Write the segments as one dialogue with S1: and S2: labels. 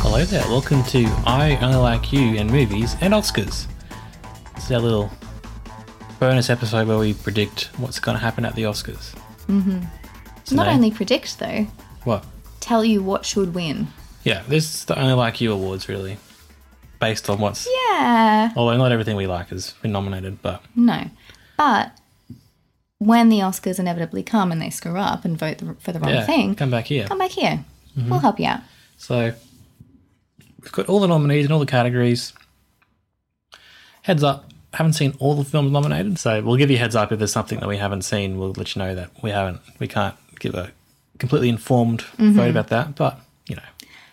S1: Hello there, welcome to I Only Like You and Movies and Oscars. It's our little bonus episode where we predict what's going to happen at the Oscars.
S2: Mm-hmm. Not
S1: Today.
S2: only predict though,
S1: What?
S2: tell you what should win.
S1: Yeah, this is the Only Like You awards, really. Based on what's.
S2: Yeah.
S1: Although not everything we like has been nominated, but
S2: No. But when the Oscars inevitably come and they screw up and vote the, for the wrong
S1: yeah,
S2: thing,
S1: come back here. Mm-hmm.
S2: come back here. We'll help you out.
S1: So we've got all the nominees in all the categories. Heads up, haven't seen all the films nominated, so we'll give you a heads up if there's something that we haven't seen. We'll let you know that we haven't. We can't give a completely informed
S2: Mm-hmm.
S1: vote about that, but you know,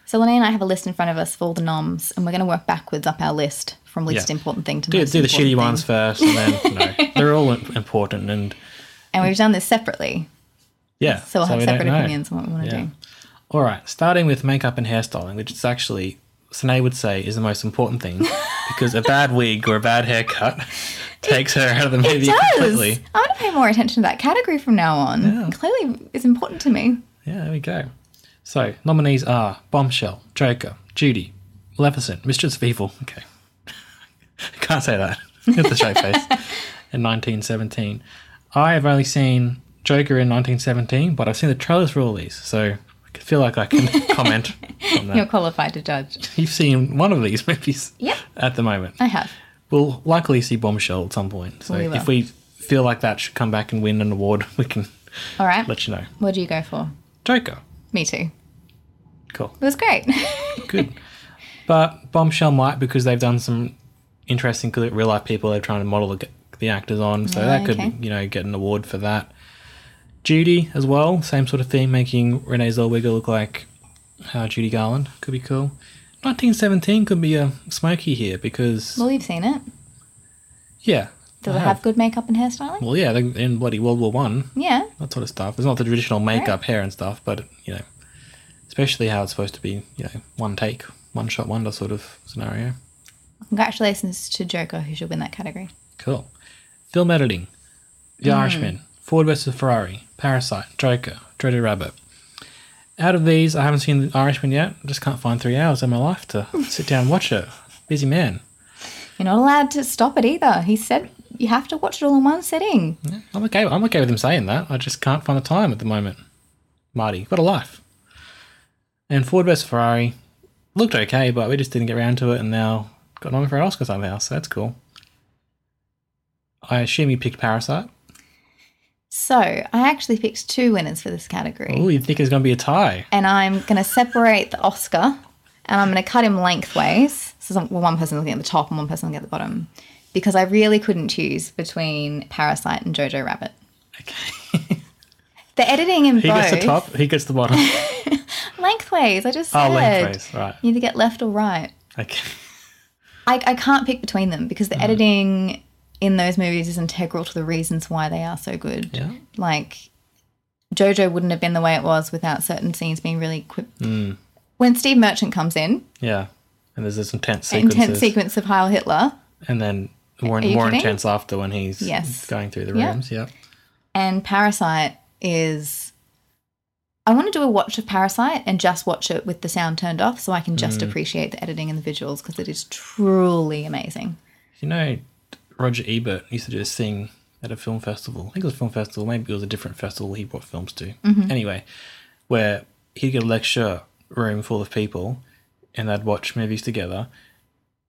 S2: So Lene and I have a list in front of us for all the noms, and we're going to work backwards up our list from least important thing to
S1: do,
S2: most
S1: do the shitty
S2: important
S1: ones
S2: thing.
S1: first, and then you know, they're all im- important, and
S2: And we've done this separately,
S1: yeah,
S2: so we'll have
S1: we don't
S2: separate
S1: know.
S2: opinions on what we want to
S1: Yeah.
S2: do.
S1: All right, starting with makeup and hairstyling, which is actually Sine would say is the most important thing because a bad wig or a bad haircut takes her out of the movie
S2: Does
S1: completely.
S2: I'm going to pay more attention to that category from now on. Clearly, it's important to me.
S1: Yeah, there we go. So nominees are Bombshell, Joker, Judy, Maleficent, Mistress of Evil. Okay, can't say that with the straight face. In 1917, I have only seen Joker in 1917, but I've seen the trailers for all these, so I feel like I can comment on that.
S2: You're qualified to judge.
S1: You've seen one of these movies
S2: Yep.
S1: at the moment.
S2: I have.
S1: We'll likely see Bombshell at some point. So
S2: We will.
S1: if we feel like that should come back and win an award, we can
S2: All right.
S1: let you know.
S2: What do you go for?
S1: Joker.
S2: Me too.
S1: Cool.
S2: It was great.
S1: Good. but Bombshell might because they've done some interesting good real life people they're trying to model the, the actors on. So that could,
S2: okay.
S1: you know, get an award for that. Judy as well, same sort of thing, making Renee Zellweger look like how Judy Garland could be cool. 1917 could be a smoky here because,
S2: well, you've seen it.
S1: yeah.
S2: Does
S1: I
S2: it
S1: have.
S2: have good makeup and hairstyling?
S1: Well, yeah, they in bloody World War One,
S2: Yeah.
S1: that sort of stuff. It's not the traditional makeup, hair, and stuff, but you know, especially how it's supposed to be, you know, one take, one shot wonder sort of scenario.
S2: Congratulations to Joker, who should win that category.
S1: Cool. Film editing: The Irishman, Ford vs Ferrari, Parasite, Joker, Jojo Rabbit. Out of these, I haven't seen The Irishman yet. I just can't find three hours in my life to sit down and watch it. Busy man.
S2: You're not allowed to stop it either. He said you have to watch it all in one sitting.
S1: I'm okay. I'm okay with him saying that. I just can't find the time at the moment. Marty, you've got a life. And Ford vs Ferrari looked okay, but we just didn't get around to it, and now got nominated for an Oscar somehow. So that's cool. I assume you picked Parasite.
S2: So I actually picked two winners for this category.
S1: Oh, you think it's going to be a tie?
S2: And I'm going to separate the Oscar and I'm going to cut him lengthways. So some, well, one person looking at the top and one person looking at the bottom. Because I really couldn't choose between Parasite and Jojo Rabbit.
S1: Okay.
S2: The editing in
S1: he gets
S2: both
S1: the top. He gets the bottom.
S2: lengthways. I just said
S1: oh, lengthways. Right.
S2: you either get left or right.
S1: Okay.
S2: I, I can't pick between them because
S1: Mm.
S2: the editing in those movies is integral to the reasons why they are so good.
S1: Yeah.
S2: Like, JoJo wouldn't have been the way it was without certain scenes being really quick. When Steve Merchant comes in,
S1: Hmm, Yeah. And there's this intense
S2: an
S1: sequences,
S2: intense sequence of Heil Hitler,
S1: and then more,
S2: Are you
S1: more
S2: kidding?
S1: intense after when he's
S2: Yes.
S1: going through the
S2: Yeah.
S1: rooms. Yeah.
S2: and Parasite is. I want to do a watch of Parasite and just watch it with the sound turned off so I can just
S1: Mm.
S2: appreciate the editing and the visuals because it is truly amazing.
S1: You know, Roger Ebert used to do this thing at a film festival. I think it was a film festival. Maybe it was a different festival he brought films to. Anyway, where he'd get a lecture room full of people and they'd watch movies together.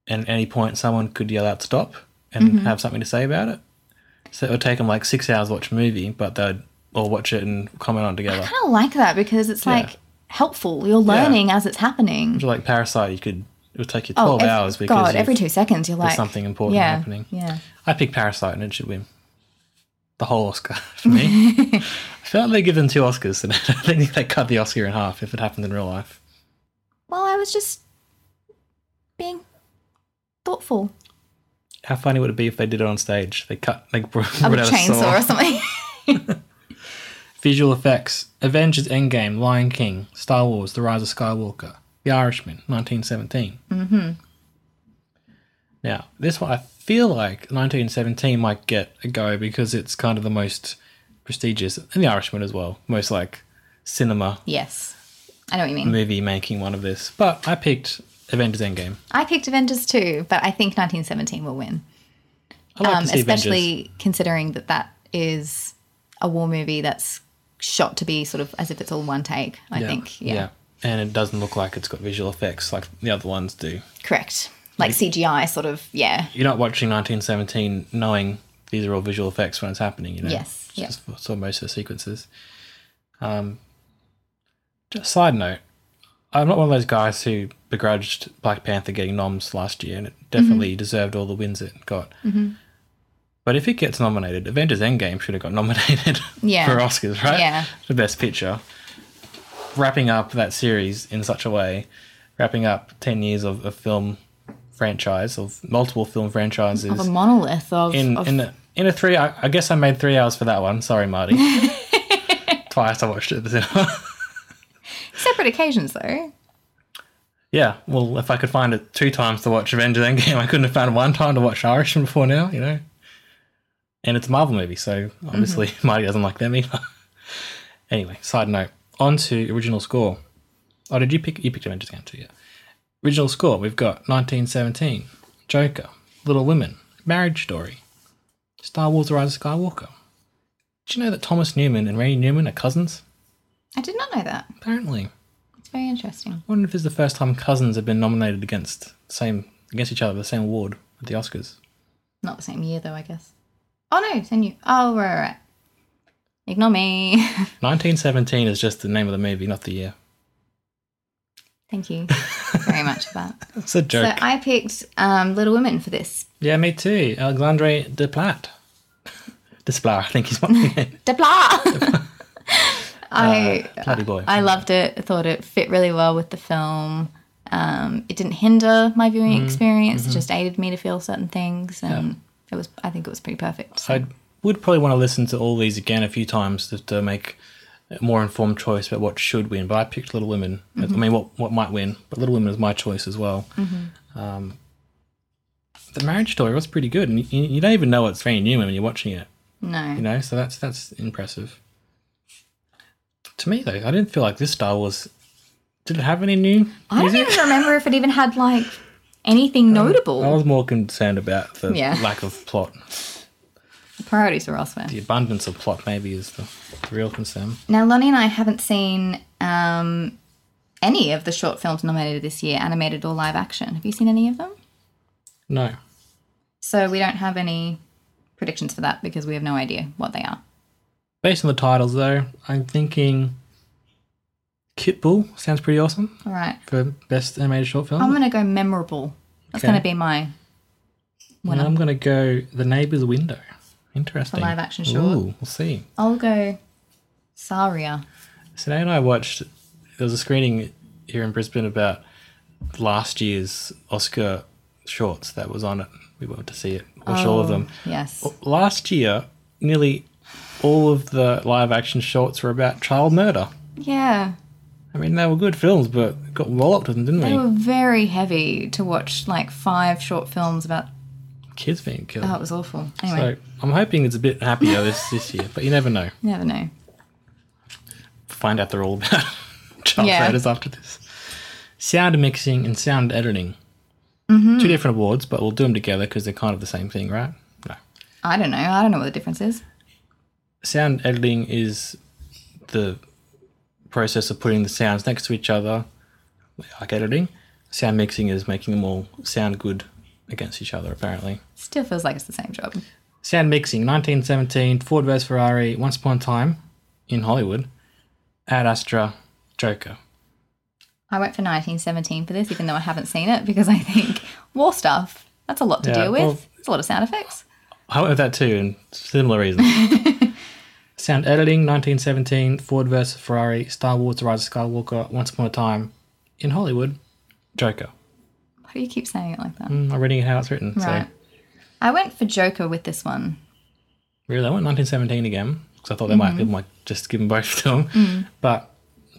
S1: And at any point, someone could yell out stop and have something to say about it. So it would take them like six hours to watch a movie, but they'd all watch it and comment on it
S2: I
S1: together.
S2: kind of like that because it's
S1: Yeah.
S2: like helpful. You're learning as it's happening.
S1: So like Parasite, you could, it would take you 12
S2: ev-
S1: hours because
S2: Oh, God,
S1: you've-
S2: every two seconds you're
S1: there's
S2: like
S1: something important
S2: yeah,
S1: happening.
S2: Yeah,
S1: I picked Parasite and it should win. the whole Oscar for me. I feel like they give them two Oscars, and I think they cut the Oscar in half if it happened in real life.
S2: Well, I was just being thoughtful.
S1: How funny would it be if they did it on stage? They cut, they brought,
S2: I
S1: brought
S2: would
S1: out a
S2: chainsaw
S1: saw.
S2: or something.
S1: Visual effects Avengers Endgame, Lion King, Star Wars, The Rise of Skywalker, The Irishman, 1917. Mm-hmm. Now, this one, I feel like 1917 might get a go because it's kind of the most prestigious, and The Irishman as well, most like cinema
S2: yes. I know what you mean.
S1: movie making one of this. But I picked Avengers Endgame.
S2: I picked Avengers too, but I think 1917 will win.
S1: I like
S2: um,
S1: to see
S2: especially
S1: Avengers.
S2: considering that that is a war movie that's shot to be sort of as if it's all one take. I think, yeah,
S1: And it doesn't look like it's got visual effects like the other ones do.
S2: correct. Like CGI, sort of, yeah,
S1: You're not watching 1917 knowing these are all visual effects when it's happening, you know?
S2: Yes, yeah.
S1: Just for, saw most of the sequences. Um, just side note, I'm not one of those guys who begrudged Black Panther getting noms last year, and it definitely
S2: Mm-hmm.
S1: deserved all the wins it got. But if it gets nominated, Avengers Endgame should have got nominated
S2: Yeah.
S1: for Oscars, right?
S2: Yeah.
S1: The best picture. Wrapping up that series in such a way, wrapping up 10 years of a film franchise, of multiple film franchises.
S2: of a monolith of,
S1: in,
S2: of
S1: in, a, in a three, I, I guess I made three hours for that one. Sorry, Marty. Twice I watched it at the cinema.
S2: separate occasions, though.
S1: yeah, well, if I could find it two times to watch Avengers Endgame, I couldn't have found one time to watch Irishman before now, you know? And it's a Marvel movie, so obviously Marty doesn't like them either. anyway, side note. On to original score. Oh, did you pick? You picked Avengers Endgame too, yeah. Original score, we've got 1917, Joker, Little Women, Marriage Story, Star Wars The Rise of Skywalker. Did you know that Thomas Newman and Randy Newman are cousins?
S2: I did not know that.
S1: Apparently.
S2: It's very interesting.
S1: I wonder if this is the first time cousins have been nominated against same against each other for the same award at the Oscars.
S2: Not the same year, though, I guess. Oh no, same year. Oh right, right, right. Ignore me.
S1: 1917 is just the name of the movie, not the year.
S2: Thank you very much for that.
S1: It's a joke.
S2: So uh, I picked um, Little Women for this.
S1: yeah, me too. Alexandre Desplat. Desplat, I think he's my name.
S2: Depla. I
S1: Bloody boy.
S2: I loved it. I thought it fit really well with the film. Um, it didn't hinder my viewing
S1: Mm-hmm.
S2: experience. It just aided me to feel certain things, and it was. I think it was pretty perfect. So,
S1: I would probably want to listen to all these again a few times to, to make a more informed choice about what should win. But I picked Little Women. I
S2: Mm-hmm.
S1: mean, what what might win, but Little Women is my choice as well. Um,
S2: Mm-hmm.
S1: the Marriage Story was pretty good, and you, you don't even know it's Randy Newman when you're watching it.
S2: no,
S1: You know, so that's that's impressive. To me, though, I didn't feel like this Star Wars. Did it have any new
S2: I don't
S1: music?
S2: even remember if it even had like anything notable.
S1: Um, I was more concerned about the
S2: Yeah.
S1: lack of plot.
S2: Priorities were elsewhere.
S1: The abundance of plot, maybe, is the real concern.
S2: Now, Lonnie and I haven't seen um, any of the short films nominated this year, animated or live action. Have you seen any of them?
S1: No.
S2: So we don't have any predictions for that because we have no idea what they are.
S1: Based on the titles, though, I'm thinking Kit Bull sounds pretty awesome
S2: All right.
S1: for best animated short film.
S2: I'm going to go memorable. That's
S1: Okay.
S2: going to be my
S1: and I'm going to go The Neighbor's Window. Interesting.
S2: live action short.
S1: Ooh, we'll see.
S2: I'll go Saria.
S1: So now and I watched. There was a screening here in Brisbane about last year's Oscar shorts that was on it. We went to see it, watched all
S2: Oh.
S1: of them. Oh.
S2: Yes.
S1: Last year, nearly all of the live action shorts were about child murder.
S2: Yeah.
S1: I mean, they were good films, but got walloped with them, didn't
S2: They
S1: we?
S2: were very heavy to watch like five short films about.
S1: Kids being killed.
S2: Oh, it was awful. Anyway,
S1: so I'm hoping it's a bit happier this, this year, but you never know.
S2: you never know.
S1: Find out they're all about child
S2: Yeah.
S1: murders after this. Sound mixing and sound editing. Two different awards, but we'll do them together because they're kind of the same thing, right? No.
S2: I don't know. I don't know what the difference is.
S1: sound editing is the process of putting the sounds next to each other, like editing. Sound mixing is making them all sound good against each other, apparently.
S2: Still feels like it's the same job.
S1: Sound mixing, 1917, Ford vs. Ferrari, Once Upon a Time in Hollywood, Ad Astra, Joker.
S2: I went for 1917 for this, even though I haven't seen it, because I think war stuff, that's a lot to
S1: Yeah,
S2: deal with.
S1: well-
S2: it's a lot of sound effects.
S1: How about that too? And similar reasons. Sound editing, 1917, Ford vs. Ferrari, Star Wars, The Rise of Skywalker, Once Upon a Time, in Hollywood, Joker.
S2: Why do you keep saying it like that?
S1: Mm, I'm reading it how it's written.
S2: Right.
S1: So,
S2: I went for Joker with this one.
S1: really, I went 1917 again because I thought they
S2: Mm-hmm.
S1: might people might just give them both to them.
S2: Mm.
S1: But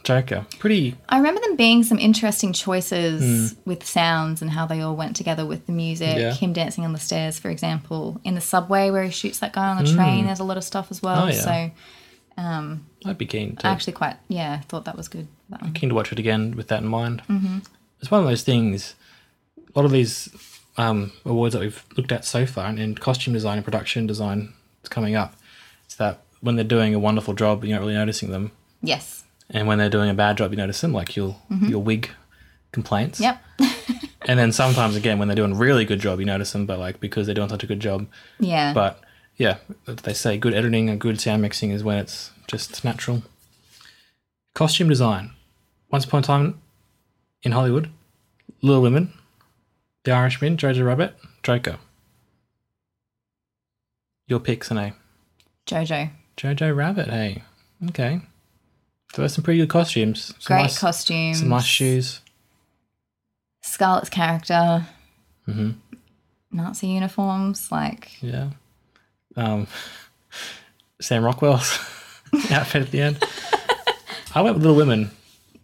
S1: Joker, pretty
S2: I remember them being some interesting choices with sounds and how they all went together with the music.
S1: Hmm. Yeah.
S2: Him dancing on the stairs, for example, in the subway where he shoots that guy on the train. There's a lot of stuff as well.
S1: Hmm. Oh, yeah.
S2: So I
S1: I'd be keen to
S2: actually quite yeah, thought that was good. That one.
S1: keen to watch it again with that in mind. Mm-hmm. It's one of those things. A lot of these um, awards that we've looked at so far, and in costume design and production design, it's coming up. It's that when they're doing a wonderful job, you're not really noticing them,
S2: Yes.
S1: and when they're doing a bad job, you notice them, like your your wig complaints.
S2: Yep.
S1: And then sometimes again, when they're doing a really good job, you notice them, but like because they're doing such a good job.
S2: Yeah.
S1: But yeah, they say good editing and good sound mixing is when it's just natural. Costume design. Once upon a time in Hollywood, Little Women, The Irishman, Jojo Rabbit, Draco. Your picks, and a
S2: Jojo,
S1: Jojo Rabbit. Hey, okay. So that's some pretty good costumes. Some
S2: great
S1: nice,
S2: costumes.
S1: Some nice shoes.
S2: Scarlet's character,
S1: hmm
S2: Nazi uniforms, like
S1: Yeah. Um, Sam Rockwell's outfit at the end. I went with Little Women.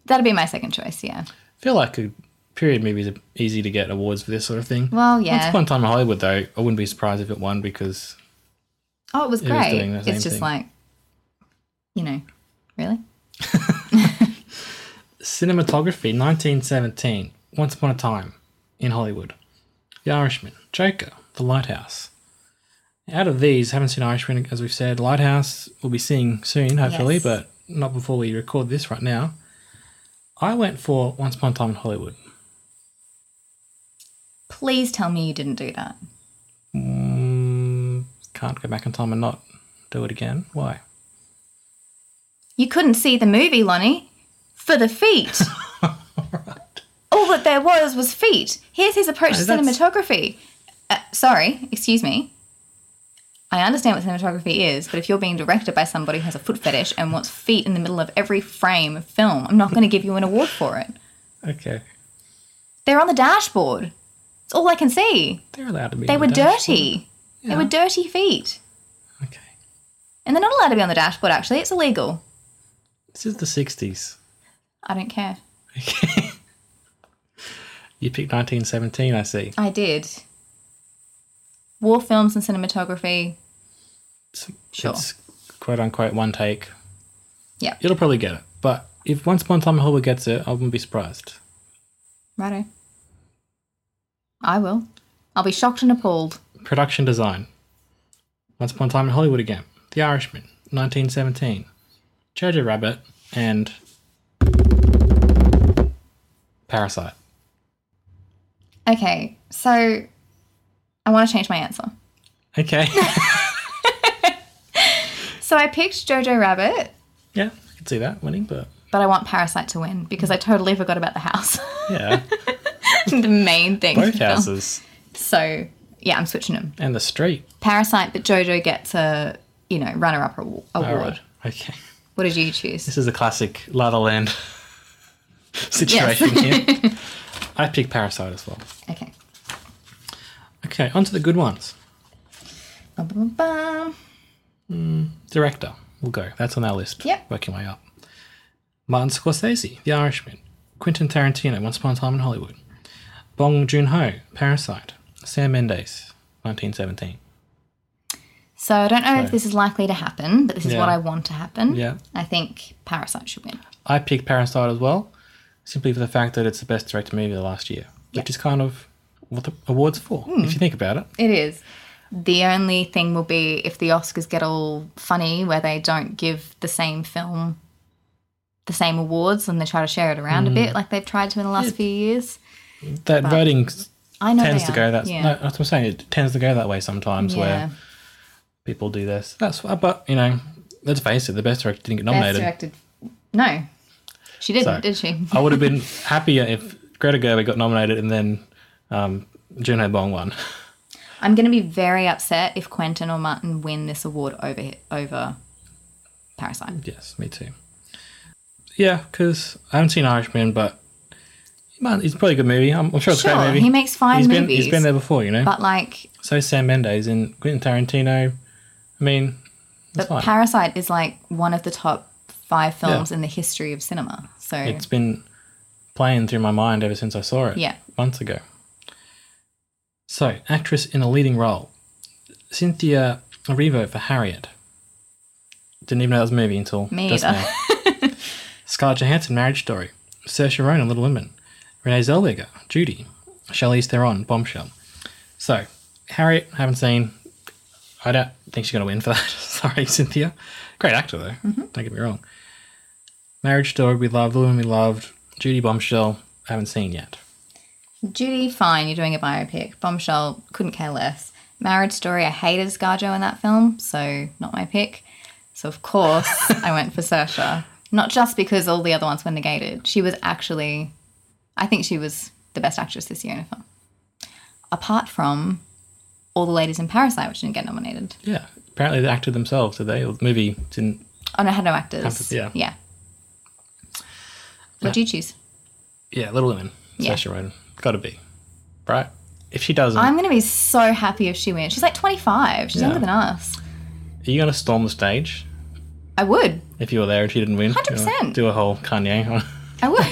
S2: that'd be my second choice. Yeah.
S1: feel like a period movies are easy to get awards for this sort of thing.
S2: Well,
S1: Once
S2: yeah.
S1: upon a time in Hollywood, though, I wouldn't be surprised if it won because
S2: Oh, it was
S1: It was
S2: great.
S1: doing the same
S2: it's just
S1: thing.
S2: like, you know, really?
S1: cinematography, 1917, Once Upon a Time in Hollywood, The Irishman, Joker, The Lighthouse. Out of these, haven't seen Irishman, as we've said. Lighthouse we'll be seeing soon, hopefully,
S2: Yes.
S1: but not before we record this right now. I went for Once Upon a Time in Hollywood.
S2: Please tell me you didn't do that.
S1: Mm, can't go back in time and not do it again. Why?
S2: You couldn't see the movie, Lonnie, for the feet. All that there was was feet. Here's his approach
S1: No,
S2: to
S1: Oh, that's-
S2: cinematography. Uh, sorry, excuse me. I understand what cinematography is, but if you're being directed by somebody who has a foot fetish and wants feet in the middle of every frame of film, I'm not going to give you an award for it.
S1: Okay.
S2: They're on the dashboard. It's all I can see.
S1: They're allowed to be.
S2: They
S1: on
S2: were
S1: the dashboard.
S2: dirty. They
S1: Yeah.
S2: were dirty feet.
S1: Okay.
S2: And they're not allowed to be on the dashboard, actually. It's illegal.
S1: This is the 60s.
S2: I don't care.
S1: Okay. you picked 1917, I see.
S2: I did. War films and cinematography.
S1: It's,
S2: Sure.
S1: it's quote unquote one take.
S2: Yeah.
S1: It'll probably get it. But if Once Upon a Time in Hollywood gets it, I wouldn't be surprised.
S2: Righto. I will. I'll be shocked and appalled.
S1: Production design. Once Upon a Time in Hollywood again. The Irishman, 1917. Jojo Rabbit and Parasite.
S2: Okay, so I want to change my answer.
S1: Okay.
S2: So I picked Jojo Rabbit,
S1: yeah, I can see that winning, but
S2: but I want Parasite to win because I totally forgot about the house.
S1: yeah.
S2: the main thing.
S1: Both houses
S2: So yeah, I'm switching them.
S1: and the street.
S2: Parasite, but Jojo gets a you know runner-up awa-
S1: All right.
S2: award.
S1: Okay.
S2: What did you choose?
S1: This is a classic La La Land situation here. I picked Parasite as well.
S2: Okay.
S1: Okay, on to the good ones.
S2: Bum, bum, bum, bum.
S1: Director, we'll go. That's on our list.
S2: Yep.
S1: Working way up. Martin Scorsese, The Irishman. Quentin Tarantino, Once Upon a Time in Hollywood. Bong Joon Ho, Parasite. Sam Mendes, 1917.
S2: So I don't know if
S1: So-
S2: this is likely to happen, but this is what
S1: Yeah.
S2: I want to happen.
S1: Yeah.
S2: I think Parasite should win.
S1: I picked Parasite as well, simply for the fact that it's the best directed movie of the last year, which is kind of what the award's for, if you think about it.
S2: It is. The only thing will be if the Oscars get all funny where they don't give the same film the same awards and they try to share it around
S1: Hmm.
S2: a bit like they've tried to in the last few years.
S1: That voting
S2: I know
S1: tends
S2: they
S1: to go
S2: are.
S1: that.
S2: yeah.
S1: No, that's what I'm saying. It tends to go that way sometimes,
S2: yeah.
S1: where people do this. That's why- but you know, let's face it. The best director didn't get
S2: Best
S1: nominated.
S2: directed. No. She didn't,
S1: So-
S2: did she?
S1: I would have been happier if Greta Gerwig got nominated and then um, Juno Bong won.
S2: I'm going to be very upset if Quentin or Martin win this award over over Parasite.
S1: Yes, me too. Yeah, because I haven't seen Irishman, but man, it's probably a good movie. I'm, I'm sure it's a
S2: Sure,
S1: great movie.
S2: he makes fine
S1: He's been,
S2: movies.
S1: he's been there before, you know.
S2: But like,
S1: so is Sam Mendes and Quentin Tarantino. I mean,
S2: but
S1: it's fine.
S2: Parasite is like one of the top five films in the history of cinema. So
S1: it's been playing through my mind ever since I saw it.
S2: Yeah.
S1: months ago. So, actress in a leading role, Cynthia Erivo for Harriet. Didn't even know that was a movie until
S2: Me
S1: just
S2: either.
S1: now. Scarlett Johansson, Marriage Story. Saoirse Ronan, Little Women. Renee Zellweger, Judy. Charlize Theron, Bombshell. So, Harriet, haven't seen. I don't think she's going to win for that. Sorry, Cynthia. Great actor, though.
S2: Mm-hmm.
S1: Don't get me wrong. Marriage Story, we loved. Little Women, we loved. Judy, Bombshell, haven't seen yet.
S2: Judy, fine, you're doing a biopic. Bombshell, couldn't care lless. Marriage Story, I hated ScarJo in that film, so not my pick. So of course I went for Saoirse. Not just because all the other ones were negated. She was actually, I think she was the best actress this year in a film. Apart from all the ladies in Parasite, which didn't get nominated.
S1: Yeah. Apparently, the actor themselves, did they? Or the movie didn't.
S2: Oh no, it had no actors.
S1: Yeah.
S2: Yeah. What do you choose?
S1: Yeah, Little Women.
S2: Yeah.
S1: Saoirse Ronan. Gotta be. Right? If she doesn't,
S2: I'm gonna be so happy if she wins. She's like 25. She's
S1: Yeah.
S2: younger than us.
S1: are you going to storm the stage?
S2: I would.
S1: if you were there and she didn't win. you know,
S2: 100%.
S1: Do a whole Kanye.
S2: I would.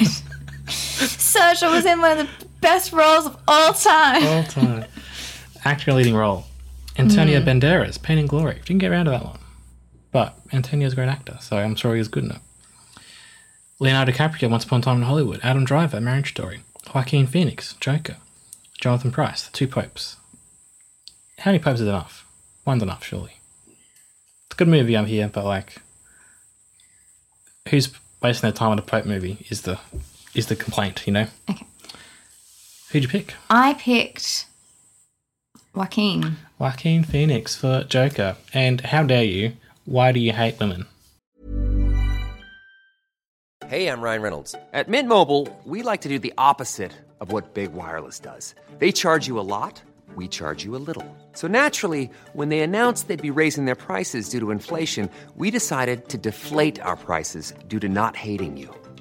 S2: Saoirse was in one of the best roles of all time.
S1: All time. uh, Actor leading role. Antonio Banderas, Pain and Glory. Didn't get around to that one. But Antonio's a great actor, so I'm sure he was good in it. Leonardo DiCaprio, Once Upon a Time in Hollywood. Adam Driver, Marriage Story. Joaquin Phoenix, Joker. Jonathan Price, The Two Popes. How many popes is enough? One's enough, surely. It's a good movie, I'm here, but like, who's wasting their time on a pope movie is the is the complaint, you know?
S2: Okay.
S1: Who'd you pick?
S2: I picked Joaquin.
S1: Joaquin Phoenix for Joker. And how dare you? Why do you hate women?
S3: Hey, I'm Ryan Reynolds. At Mint Mobile, we like to do the opposite of what Big Wireless does. They charge you a lot, we charge you a little. So naturally, when they announced they'd be raising their prices due to inflation, we decided to deflate our prices due to not hating you.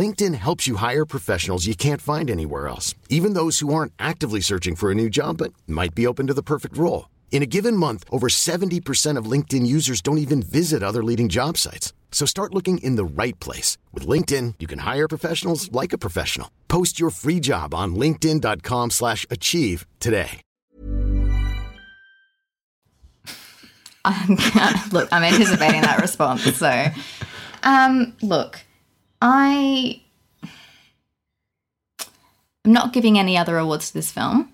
S4: LinkedIn helps you hire professionals you can't find anywhere else, even those who aren't actively searching for a new job but might be open to the perfect role. In a given month, over 70% of LinkedIn users don't even visit other leading job sites. So start looking in the right place. With LinkedIn, you can hire professionals like a professional. Post your free job on linkedin.com/achieve slash achieve today.
S2: I'm, look, I'm anticipating that response. So, um, look, I I'm not giving any other awards to this film,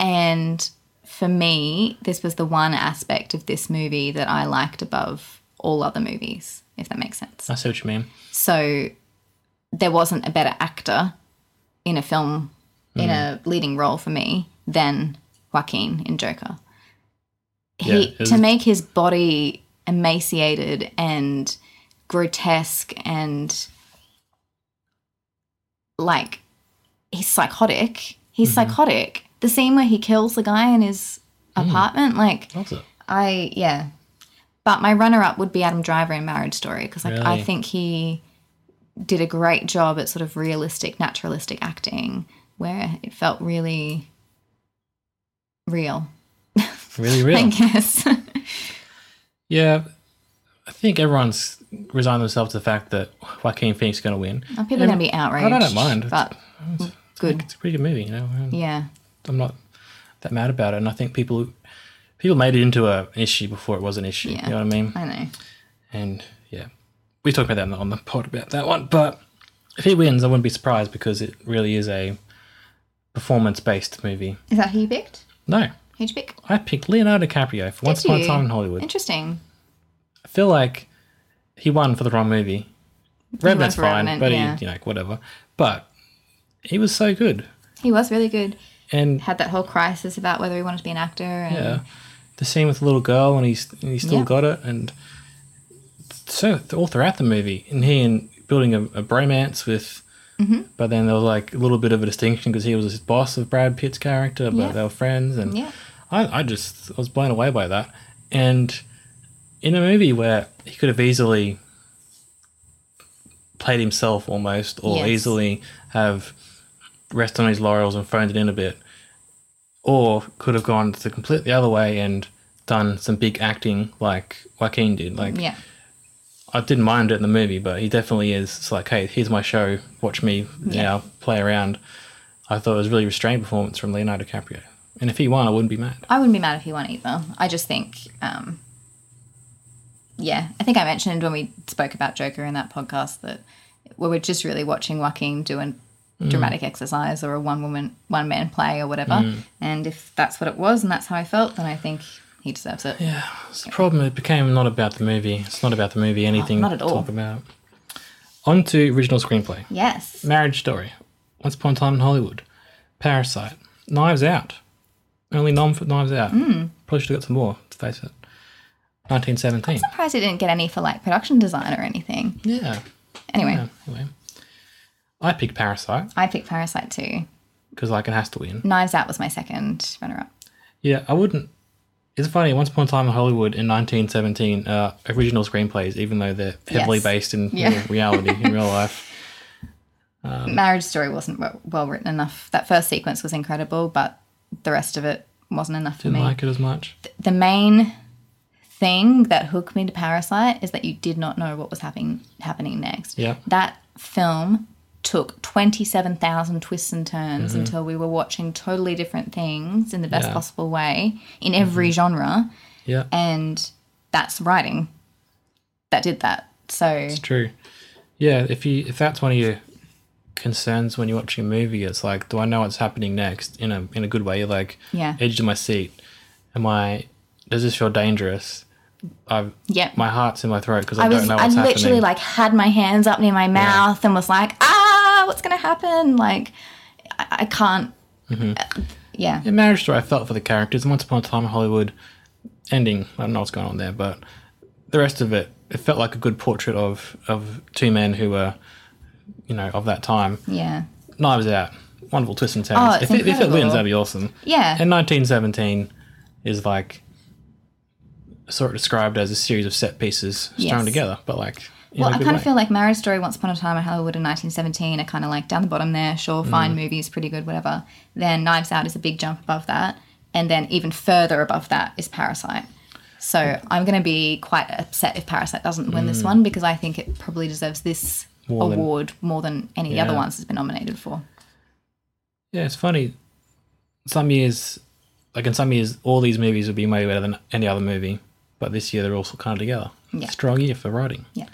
S2: and for me, this was the one aspect of this movie that I liked above all other movies, if that makes sense.
S1: I see what you mean.
S2: So there wasn't a better actor in a film in a leading role for me than Joaquin in Joker.
S1: Yeah,
S2: He
S1: it was-
S2: to make his body emaciated and grotesque and like he's psychotic. He's psychotic. The scene where he kills the guy in his apartment, like
S1: Loves it.
S2: I yeah, but my runner-up would be Adam Driver in Marriage Story because like I
S1: Really?
S2: think he did a great job at sort of realistic, naturalistic acting where it felt really real.
S1: Really, really.
S2: I guess.
S1: Yeah, I think everyone's resigned themselves to the fact that Joaquin Phoenix is going to win.
S2: Now, People are going to be outraged.
S1: I don't mind.
S2: but good.
S1: It's a pretty good movie, you know. and
S2: Yeah,
S1: I'm not that mad about it, and I think people people made it into a, an issue before it was an issue.
S2: Yeah.
S1: You know what I mean?
S2: I know.
S1: And yeah, we talked about that on the- on the pod about that one. But if he wins, I wouldn't be surprised because it really is a performance based movie.
S2: Is that who you picked?
S1: No,
S2: Who'd you pick?
S1: I picked Leonardo DiCaprio for Once
S2: Did
S1: Upon a
S2: you?
S1: Time in Hollywood.
S2: Interesting.
S1: I feel like he won for the wrong movie. Revenant's
S2: for
S1: fine,
S2: Revenant,
S1: but
S2: yeah.
S1: he, you know, whatever. But he was so good.
S2: He was really good.
S1: And
S2: Had that whole crisis about whether he wanted to be an actor. And
S1: yeah, the scene with the little girl, and he's and he still
S2: Yeah.
S1: got it. And so th- all throughout the movie, and he and building a, a bromance with.
S2: Mm-hmm.
S1: But then there was like a little bit of a distinction because he was his boss of Brad Pitt's character, but
S2: Yeah.
S1: they were friends, and
S2: Yeah.
S1: I, I just I was blown away by that. And in a movie where he could have easily played himself almost, or
S2: Yes.
S1: easily have rest on his laurels and phoned it in a bit, or could have gone the complete the other way and done some big acting like Joaquin did. Like
S2: Yeah.
S1: I didn't mind it in the movie, but he definitely is. It's like, hey, here's my show. Watch me now play around. I thought it was a really restrained performance from Leonardo DiCaprio. And if he won, I wouldn't be mad.
S2: I wouldn't be mad if he won either. I just think, um, yeah, I think I mentioned when we spoke about Joker in that podcast that we were just really watching Joaquin do a
S1: Mm.
S2: dramatic exercise or a one woman, one man play or whatever.
S1: Mm.
S2: And if that's what it was and that's how I felt, then I think he deserves it.
S1: Yeah, it's the problem. It became not about the movie. It's not about the movie. Anything
S2: Uh, not at
S1: to
S2: all.
S1: talk about. On to original screenplay.
S2: Yes.
S1: Marriage Story, Once Upon a Time in Hollywood, Parasite, Knives Out. Only nom for Knives Out.
S2: Hmm.
S1: Probably should have got some more. Let's face it. 1917.
S2: Surprised it didn't get any for like production design or anything.
S1: Yeah.
S2: Anyway,
S1: yeah. Anyway, I picked Parasite
S2: I picked Parasite too.
S1: because like it has to win.
S2: Knives Out was my second runner up.
S1: Yeah, I wouldn't. It's funny. Once upon a time in Hollywood in 1917, uh, original screenplays, even though they're heavily
S2: Yes.
S1: based in
S2: Yeah.
S1: real- reality in real life.
S2: Marriage Story wasn't well, well written enough. That first sequence was incredible, but the rest of it wasn't enough for
S1: Didn't
S2: me.
S1: like it as much.
S2: the main thing that hooked me to Parasite is that you did not know what was happening happening next.
S1: Yeah.
S2: That film took 27,000 twists and turns until we were watching totally different things in the best
S1: Mm-hmm. Yeah. Mm-hmm.
S2: possible way in every genre
S1: Yeah,
S2: and that's writing that did that. So
S1: it's true. Yeah, if you if that's one of your concerns when you're watching a movie, it's like, do I know what's happening next in a in a good way? You're like,
S2: Yeah.
S1: edge of my seat. Am I? Does this feel dangerous? I've
S2: Yeah.
S1: My heart's in my throat because I,
S2: I was
S1: don't know
S2: I
S1: what's
S2: literally
S1: happening.
S2: like had my hands up near my mouth and was like, "Ah, what's going to happen?" Like I, I can't
S1: Mm-hmm.
S2: Uh, yeah.
S1: In Marriage Story, I felt for the characters. and Once Upon a Time in Hollywood ending. I don't know what's going on there, but the rest of it, it felt like a good portrait of of two men who were, you know, of that time.
S2: Yeah.
S1: Knives Out, wonderful twist and turns.
S2: Oh, it's
S1: if, it, if it
S2: incredible.
S1: wins, that'd be awesome.
S2: Yeah.
S1: And 1917 is like sort of described as a series of set pieces strung
S2: Yes.
S1: together, but like in
S2: Well,
S1: a
S2: I
S1: good
S2: kind of
S1: way.
S2: feel like Marriage Story, Once Upon a Time in Hollywood in 1917 are kind of like down the bottom there. Sure,
S1: Mm-hmm.
S2: fine movies, pretty good, whatever. Then Knives Out is a big jump above that. And then even further above that is Parasite. So I'm going to be quite upset if Parasite doesn't win this one because I think it probably deserves this
S1: Mm. More than-
S2: award more than any of the other
S1: Yeah.
S2: ones it's been nominated for.
S1: Yeah, it's funny. Some years, like in some years, all these movies would be way better than any other movie, but this year they're all kind of together.
S2: Yeah.
S1: Strong year for writing.
S2: Yeah.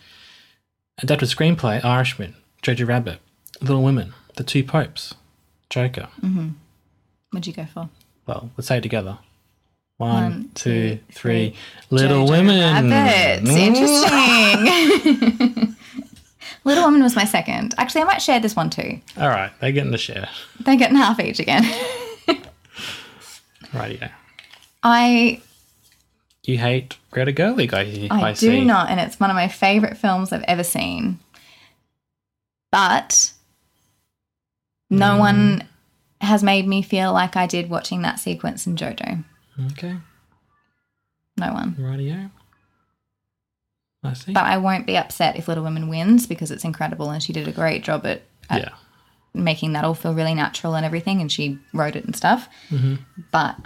S1: Adapted screenplay: Irishman, Jojo Rabbit, Little Women, The Two Popes, Joker.
S2: What'd you go for?
S1: Well, let's say it together. One,
S2: One,
S1: two,
S2: two,
S1: three.
S2: three.
S1: Little
S2: Jojo
S1: Women.
S2: Rabbit. Interesting. Little Woman was my second. Actually, I might share this one too.
S1: All right, they're getting the share.
S2: They're getting half each again.
S1: Right, yeah.
S2: I
S1: You hate Greta Gerwig, I,
S2: I,
S1: I
S2: do
S1: see.
S2: not, and it's one of my favorite films I've ever seen. But no
S1: Mm.
S2: one has made me feel like I did watching that sequence in JoJo.
S1: Okay,
S2: No one.
S1: right, yeah. I see.
S2: But I won't be upset if Little Women wins because it's incredible and she did a great job at, at
S1: yeah.
S2: making that all feel really natural and everything, and she wrote it and stuff. But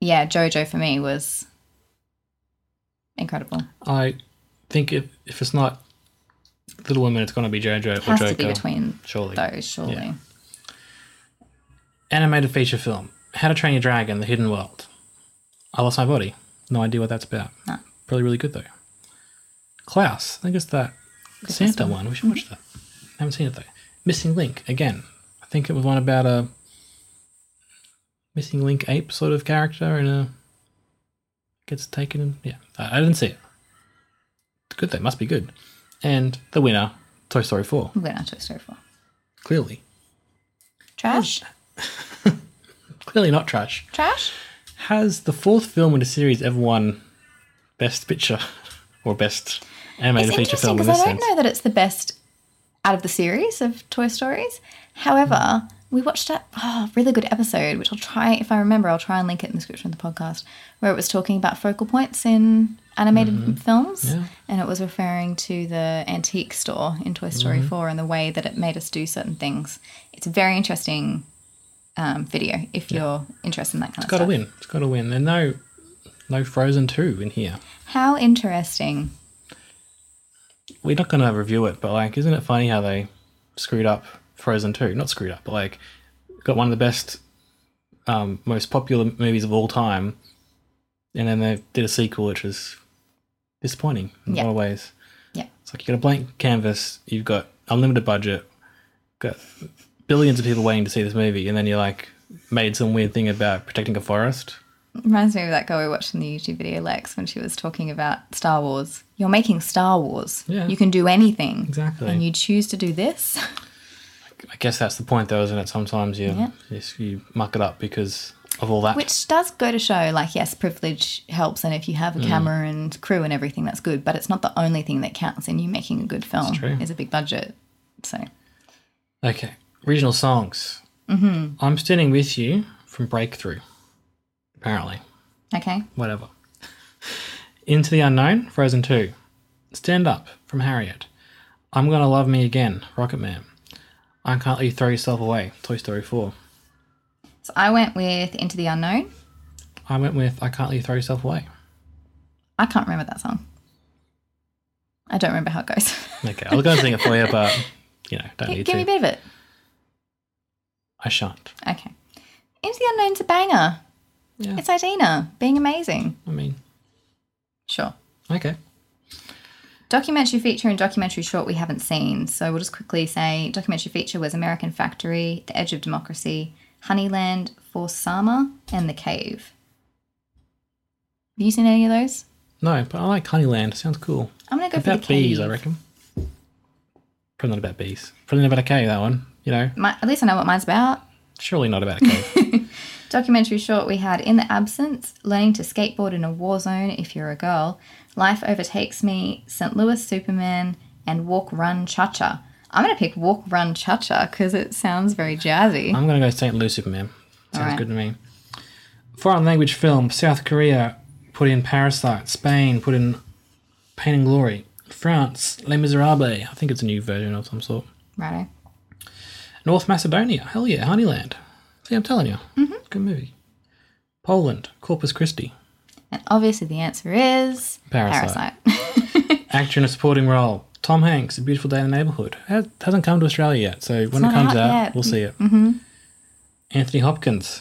S2: yeah, JoJo for me was incredible.
S1: I think if, if it's not Little Women, it's going to be JoJo or
S2: Has
S1: Joker.
S2: to be between
S1: surely.
S2: those, surely.
S1: Yeah. Animated feature film How to Train Your Dragon, The Hidden World. I Lost My Body. No idea what that's about.
S2: No.
S1: Probably really good, though. Klaus. I think it's that Santa one. We should watch that. haven't seen it, though. Missing Link, again. I think it was one about a Missing Link ape sort of uh, character and a. gets taken. Yeah. I, I didn't see it. good, they must be good. And the winner, Toy Story 4,
S2: I'm going to Toy Story 4.
S1: clearly.
S2: Trash?
S1: Clearly not trash.
S2: Trash?
S1: Has the fourth film in the series ever won Best Picture or Best Animated
S2: it's
S1: Feature
S2: interesting
S1: Film in
S2: because I
S1: this
S2: don't
S1: sense?
S2: know that it's the best out of the series of Toy Stories. However, we watched a oh, really good episode, which I'll try if I remember. I'll try and link it in the description of the podcast, where it was talking about focal points in animated films,
S1: Mm-hmm. Yeah.
S2: and it was referring to the antique store in Toy Story
S1: Mm-hmm.
S2: Four and the way that it made us do certain things. It's a very interesting um, video if you're interested in that kind of
S1: It's got to
S2: stuff.
S1: win. It's got to win. And no, no Frozen 2 in here.
S2: How interesting!
S1: We're not going to review it, but like, isn't it funny how they screwed up Frozen 2? Not screwed up, but like, got one of the best, um, most popular movies of all time. And then they did a sequel, which was disappointing in a
S2: Yeah.
S1: lot of ways.
S2: Yeah.
S1: It's like you got a blank canvas, you've got unlimited budget, got billions of people waiting to see this movie, and then you like made some weird thing about protecting a forest.
S2: Reminds me of that girl we watched in the YouTube video, Lex, when she was talking about Star Wars. You're making Star Wars.
S1: Yeah.
S2: You can do anything.
S1: Exactly.
S2: And you choose to do this.
S1: I guess that's the point, though, isn't it? Sometimes you
S2: Yeah.
S1: yes, you muck it up because of all that.
S2: Which does go to show, like, yes, privilege helps. And if you
S1: Mm.
S2: have a camera and crew and everything, that's good. But it's not the only thing that counts in you making a good film.
S1: true.
S2: Is a big budget. So,
S1: okay, regional songs. Mm-hmm. I'm standing with you from Breakthrough. Apparently,
S2: okay.
S1: whatever. Into the unknown, Frozen Two. Stand up from Harriet. I'm gonna love me again, Rocket Man. I can't let you throw yourself away, Toy Story Four.
S2: So I went with Into the Unknown.
S1: I went with I can't let you throw yourself away.
S2: I can't remember that song. I don't remember how it goes.
S1: Okay, I was gonna sing it for you, but you know, don't
S2: G-
S1: need
S2: Give
S1: to.
S2: me a bit of it.
S1: I shan't.
S2: Okay. Into the Unknown's a banger.
S1: Yeah,
S2: It's Idina being amazing.
S1: I mean,
S2: Sure.
S1: okay.
S2: Documentary feature and documentary short we haven't seen. So we'll just quickly say documentary feature was American Factory, The Edge of Democracy, Honeyland, Forsama, and The Cave. Have you seen any of those?
S1: No, but I like Honeyland. Sounds cool.
S2: I'm gonna go for
S1: about
S2: the
S1: bees, I
S2: cave.
S1: reckon. Probably not about bees. Probably not about a cave, that one. You know,
S2: My, at least I know what mine's about.
S1: surely not about a cave.
S2: Documentary short we had In the Absence, Learning to Skateboard in a War Zone if You're a Girl, Life Overtakes Me, St. Louis Superman, and Walk Run Cha Cha. I'm gonna pick Walk Run Cha Cha because it sounds very jazzy.
S1: I'm going to go St. Louis Superman. Sounds
S2: Alright.
S1: good to me. Foreign language film. South Korea put in Parasite. Spain put in Pain and Glory. France, Les Miserables. I think it's a new version of some sort.
S2: Righto.
S1: North Macedonia. Hell yeah, Honeyland. See, I'm telling you. Mm-hmm. Good movie. Poland, Corpus Christi.
S2: And obviously the answer is
S1: Parasite. Actor in a supporting role. Tom Hanks, A Beautiful Day in the Neighborhood. It hasn't come to Australia yet, so when it
S2: not
S1: comes
S2: out
S1: out,
S2: yet.
S1: we'll see it. Mm-hmm. Anthony Hopkins,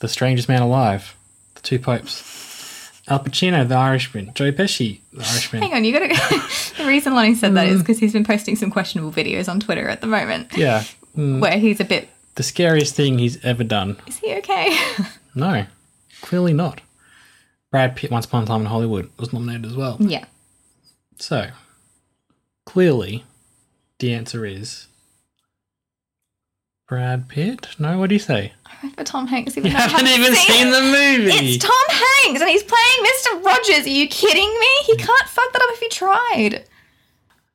S1: The Strangest Man Alive, The Two Popes. Al Pacino, The Irishman. Joe Pesci, The Irishman.
S2: Hang on, you gotta The reason Lonnie said that
S1: Mm.
S2: is because he's been posting some questionable videos on Twitter at the moment.
S1: yeah, Mm,
S2: Where he's a bit
S1: the scariest thing he's ever done.
S2: is he okay?
S1: No, clearly not. Brad Pitt, Once Upon a Time in Hollywood, was nominated as well.
S2: yeah.
S1: So, clearly, the answer is Brad Pitt. No, what do you say?
S2: I wrote for Tom Hanks even
S1: You
S2: though I
S1: haven't even seen,
S2: it.
S1: the movie.
S2: It's Tom Hanks and he's playing Mr. Rogers. Are you kidding me? He can't fuck that up if he tried.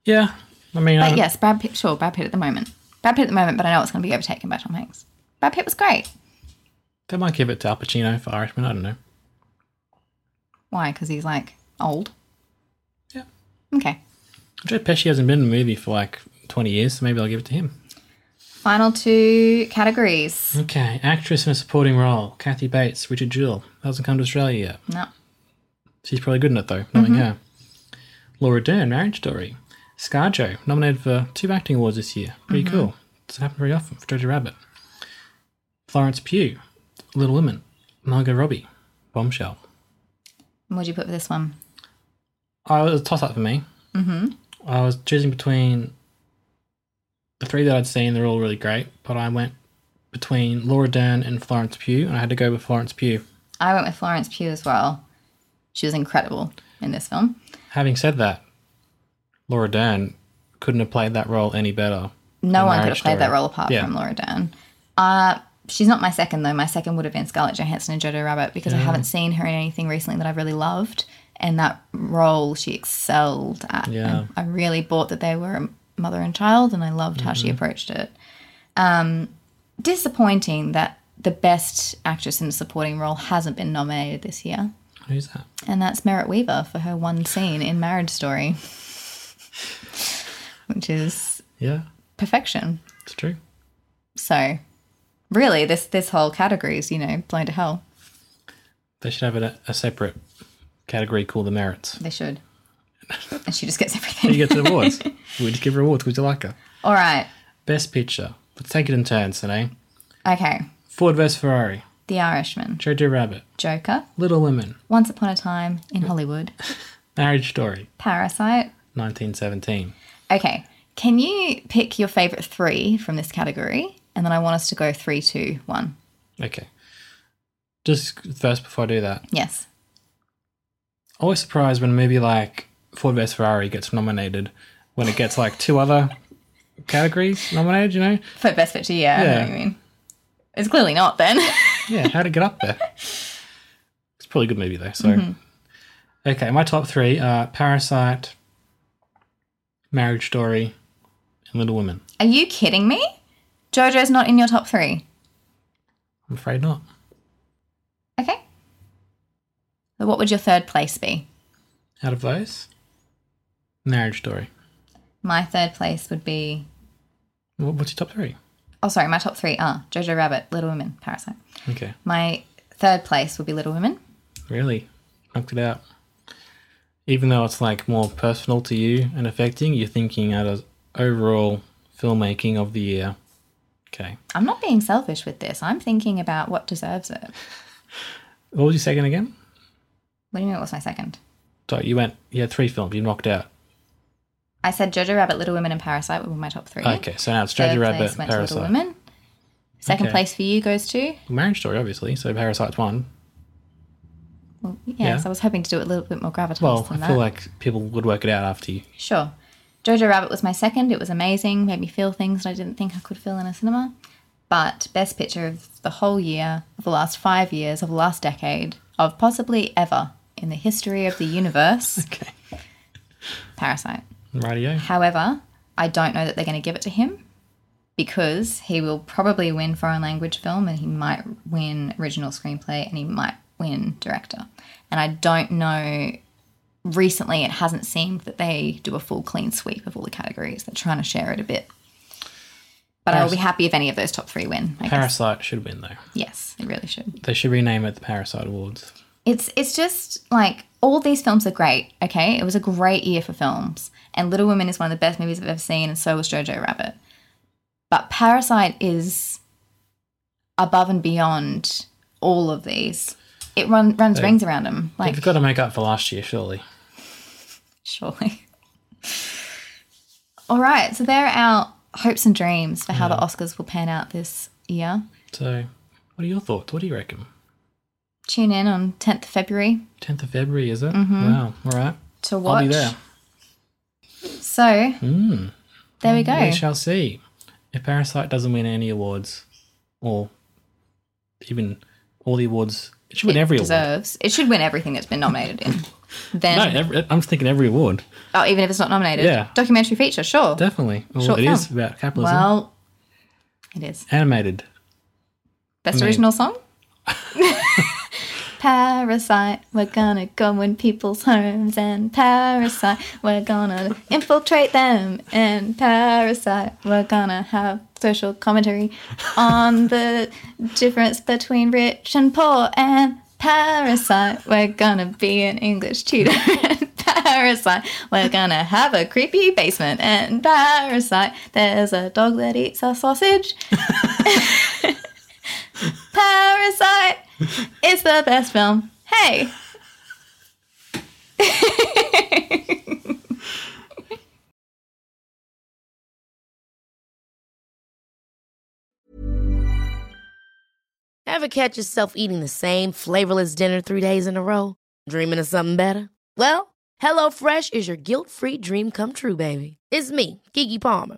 S1: yeah, I mean, I
S2: But
S1: don't-
S2: yes, Brad Pitt sure, Brad Pitt at the moment. Brad Pitt at the moment, but I know it's gonna be overtaken by Tom Hanks. Brad Pitt was great.
S1: they might give it to Al Pacino for Irishman. I don't know.
S2: Why? Because he's like old.
S1: Yeah.
S2: Okay.
S1: Joe Pesci hasn't been in a movie for like twenty years, so maybe I'll give it to him.
S2: Final two categories.
S1: Okay, actress in a supporting role: Kathy Bates, Richard Jewell. Hasn't come to Australia yet.
S2: No.
S1: She's probably good in it though, knowing her. Laura Dern, Marriage Story. ScarJo, nominated for two acting awards this year. Pretty cool. Doesn't happen very often for Jojo Rabbit. Florence Pugh, Little Women. Margot Robbie, Bombshell.
S2: And What'd you put for this one?
S1: I was a toss up for me. Mm-hmm. I was choosing between the three that I'd seen, they're all really great, but I went between Laura Dern and Florence Pugh, and I had to go with Florence Pugh.
S2: I went with Florence Pugh as well. She was incredible in this film.
S1: Having said that, Laura Dern couldn't have played that role any better.
S2: No
S1: in
S2: one could have
S1: Marriage
S2: played that
S1: Story.
S2: role apart
S1: Yeah.
S2: from Laura Dern. Uh, she's not my second though. My second would have been Scarlett Johansson and Jojo Rabbit because I haven't seen her in anything recently that I've really loved, and that role she excelled at.
S1: Yeah.
S2: I, I really bought that they were a mother and child, and I loved how
S1: Mm-hmm.
S2: she approached it. Um, disappointing that the best actress in a supporting role hasn't been nominated this year,
S1: Who's that?
S2: and that's Merritt Weaver for her one scene in Marriage Story, which is
S1: Yeah,
S2: perfection.
S1: it's true.
S2: So, really, this this whole category is you know blown to hell.
S1: They should have a, a separate category called the merits.
S2: They should, and she just gets
S1: You
S2: everything.
S1: get to the awards. we just give her awards because you like her.
S2: All right,
S1: Best picture. Let's take it in turns today.
S2: okay.
S1: Ford vs Ferrari,
S2: The Irishman,
S1: Jojo Rabbit,
S2: Joker,
S1: Little Women,
S2: Once Upon a Time in Hollywood,
S1: Marriage Story,
S2: Parasite.
S1: 1917.
S2: Okay, can you pick your favorite three from this category, and then I want us to go three, two, one.
S1: Okay. Just first before I do that,
S2: Yes.
S1: always surprised when a movie like Ford vs Ferrari gets nominated when it gets like two other categories nominated. You know,
S2: For best picture, yeah. I know what
S1: Yeah.
S2: you mean? It's clearly not then.
S1: yeah, how to get up there. It's probably a good movie though. So, okay, my top three are Parasite, Marriage Story, and Little Women.
S2: Are you kidding me? Jojo's not in your top three.
S1: I'm afraid not.
S2: Okay. So what would your third place be?
S1: Out of those, Marriage Story.
S2: My third place would be.
S1: Wha- What's your top three?
S2: Oh, sorry. My top three are Jojo Rabbit, Little Women, Parasite.
S1: Okay,
S2: My third place would be Little Women.
S1: really knocked it out. Even though it's like more personal to you and affecting, you're thinking at an overall filmmaking of the year. Okay,
S2: I'm not being selfish with this. I'm thinking about what deserves it.
S1: what was your second again?
S2: What do you mean? What's my second?
S1: So you went, you had three films, you knocked out.
S2: I said Jojo Rabbit, Little Women, and Parasite were my top three.
S1: Okay, so now it's
S2: Third
S1: Jojo Rabbit,
S2: place went to Little
S1: Parasite.
S2: Women. Second
S1: Okay.
S2: place for you goes to.
S1: Marriage Story, obviously. So Parasite's one.
S2: Well, yes,
S1: Yeah.
S2: I was hoping to do it a little bit more gravitas
S1: Well, I
S2: than that.
S1: feel like people would work it out after you.
S2: Sure. Jojo Rabbit was my second. It was amazing, made me feel things that I didn't think I could feel in a cinema. But best picture of the whole year, of the last five years, of the last decade, of possibly ever in the history of the universe,
S1: Okay.
S2: Parasite.
S1: Radio.
S2: However, I don't know that they're going to give it to him because he will probably win foreign language film and he might win original screenplay and he might win director. And I don't know. Recently, it hasn't seemed that they do a full clean sweep of all the categories. They're trying to share it a bit. But I will be
S1: Paras-
S2: happy if any of those top three win. I guess.
S1: Parasite should win though.
S2: Yes, they really should.
S1: They should rename it the Parasite Awards.
S2: It's it's just like all these films are great. Okay, it was a great year for films, and Little Women is one of the best movies I've ever seen, and so was Jojo Rabbit. But Parasite is above and beyond all of these. It run, runs rings around them, like
S1: They've got to make up for last year, surely.
S2: surely. all right, so there are our hopes and dreams for how the Oscars will pan out this year.
S1: So, what are your thoughts? What do you reckon?
S2: Tune in on 10th of February
S1: 10th of February, is it?
S2: Mm-hmm.
S1: Wow. All right.
S2: to watch.
S1: I'll be there.
S2: So there we go.
S1: Hmm. We shall see. If Parasite doesn't win any awards, or even all the awards, it should win
S2: it
S1: every award.
S2: deserves. It should win everything that's been nominated in. Then,
S1: No, every, I'm just thinking every award.
S2: oh, even if it's not nominated,
S1: Yeah.
S2: documentary feature, sure.
S1: Definitely. Well,
S2: Short
S1: it is
S2: film.
S1: about capitalism.
S2: Well, it is
S1: Animated.
S2: best
S1: mean-
S2: original song. Parasite, we're gonna go in people's homes, and parasite, we're gonna infiltrate them, and parasite, we're gonna have social commentary on the difference between rich and poor, and parasite, we're gonna be an English tutor, and parasite, we're gonna have a creepy basement, and parasite, there's a dog that eats a sausage. Parasite is the best film. Hey.
S5: Ever catch yourself eating the same flavorless dinner three days in a row? Dreaming of something better? Well, HelloFresh is your guilt free dream come true, baby. It's me, Gigi Palmer.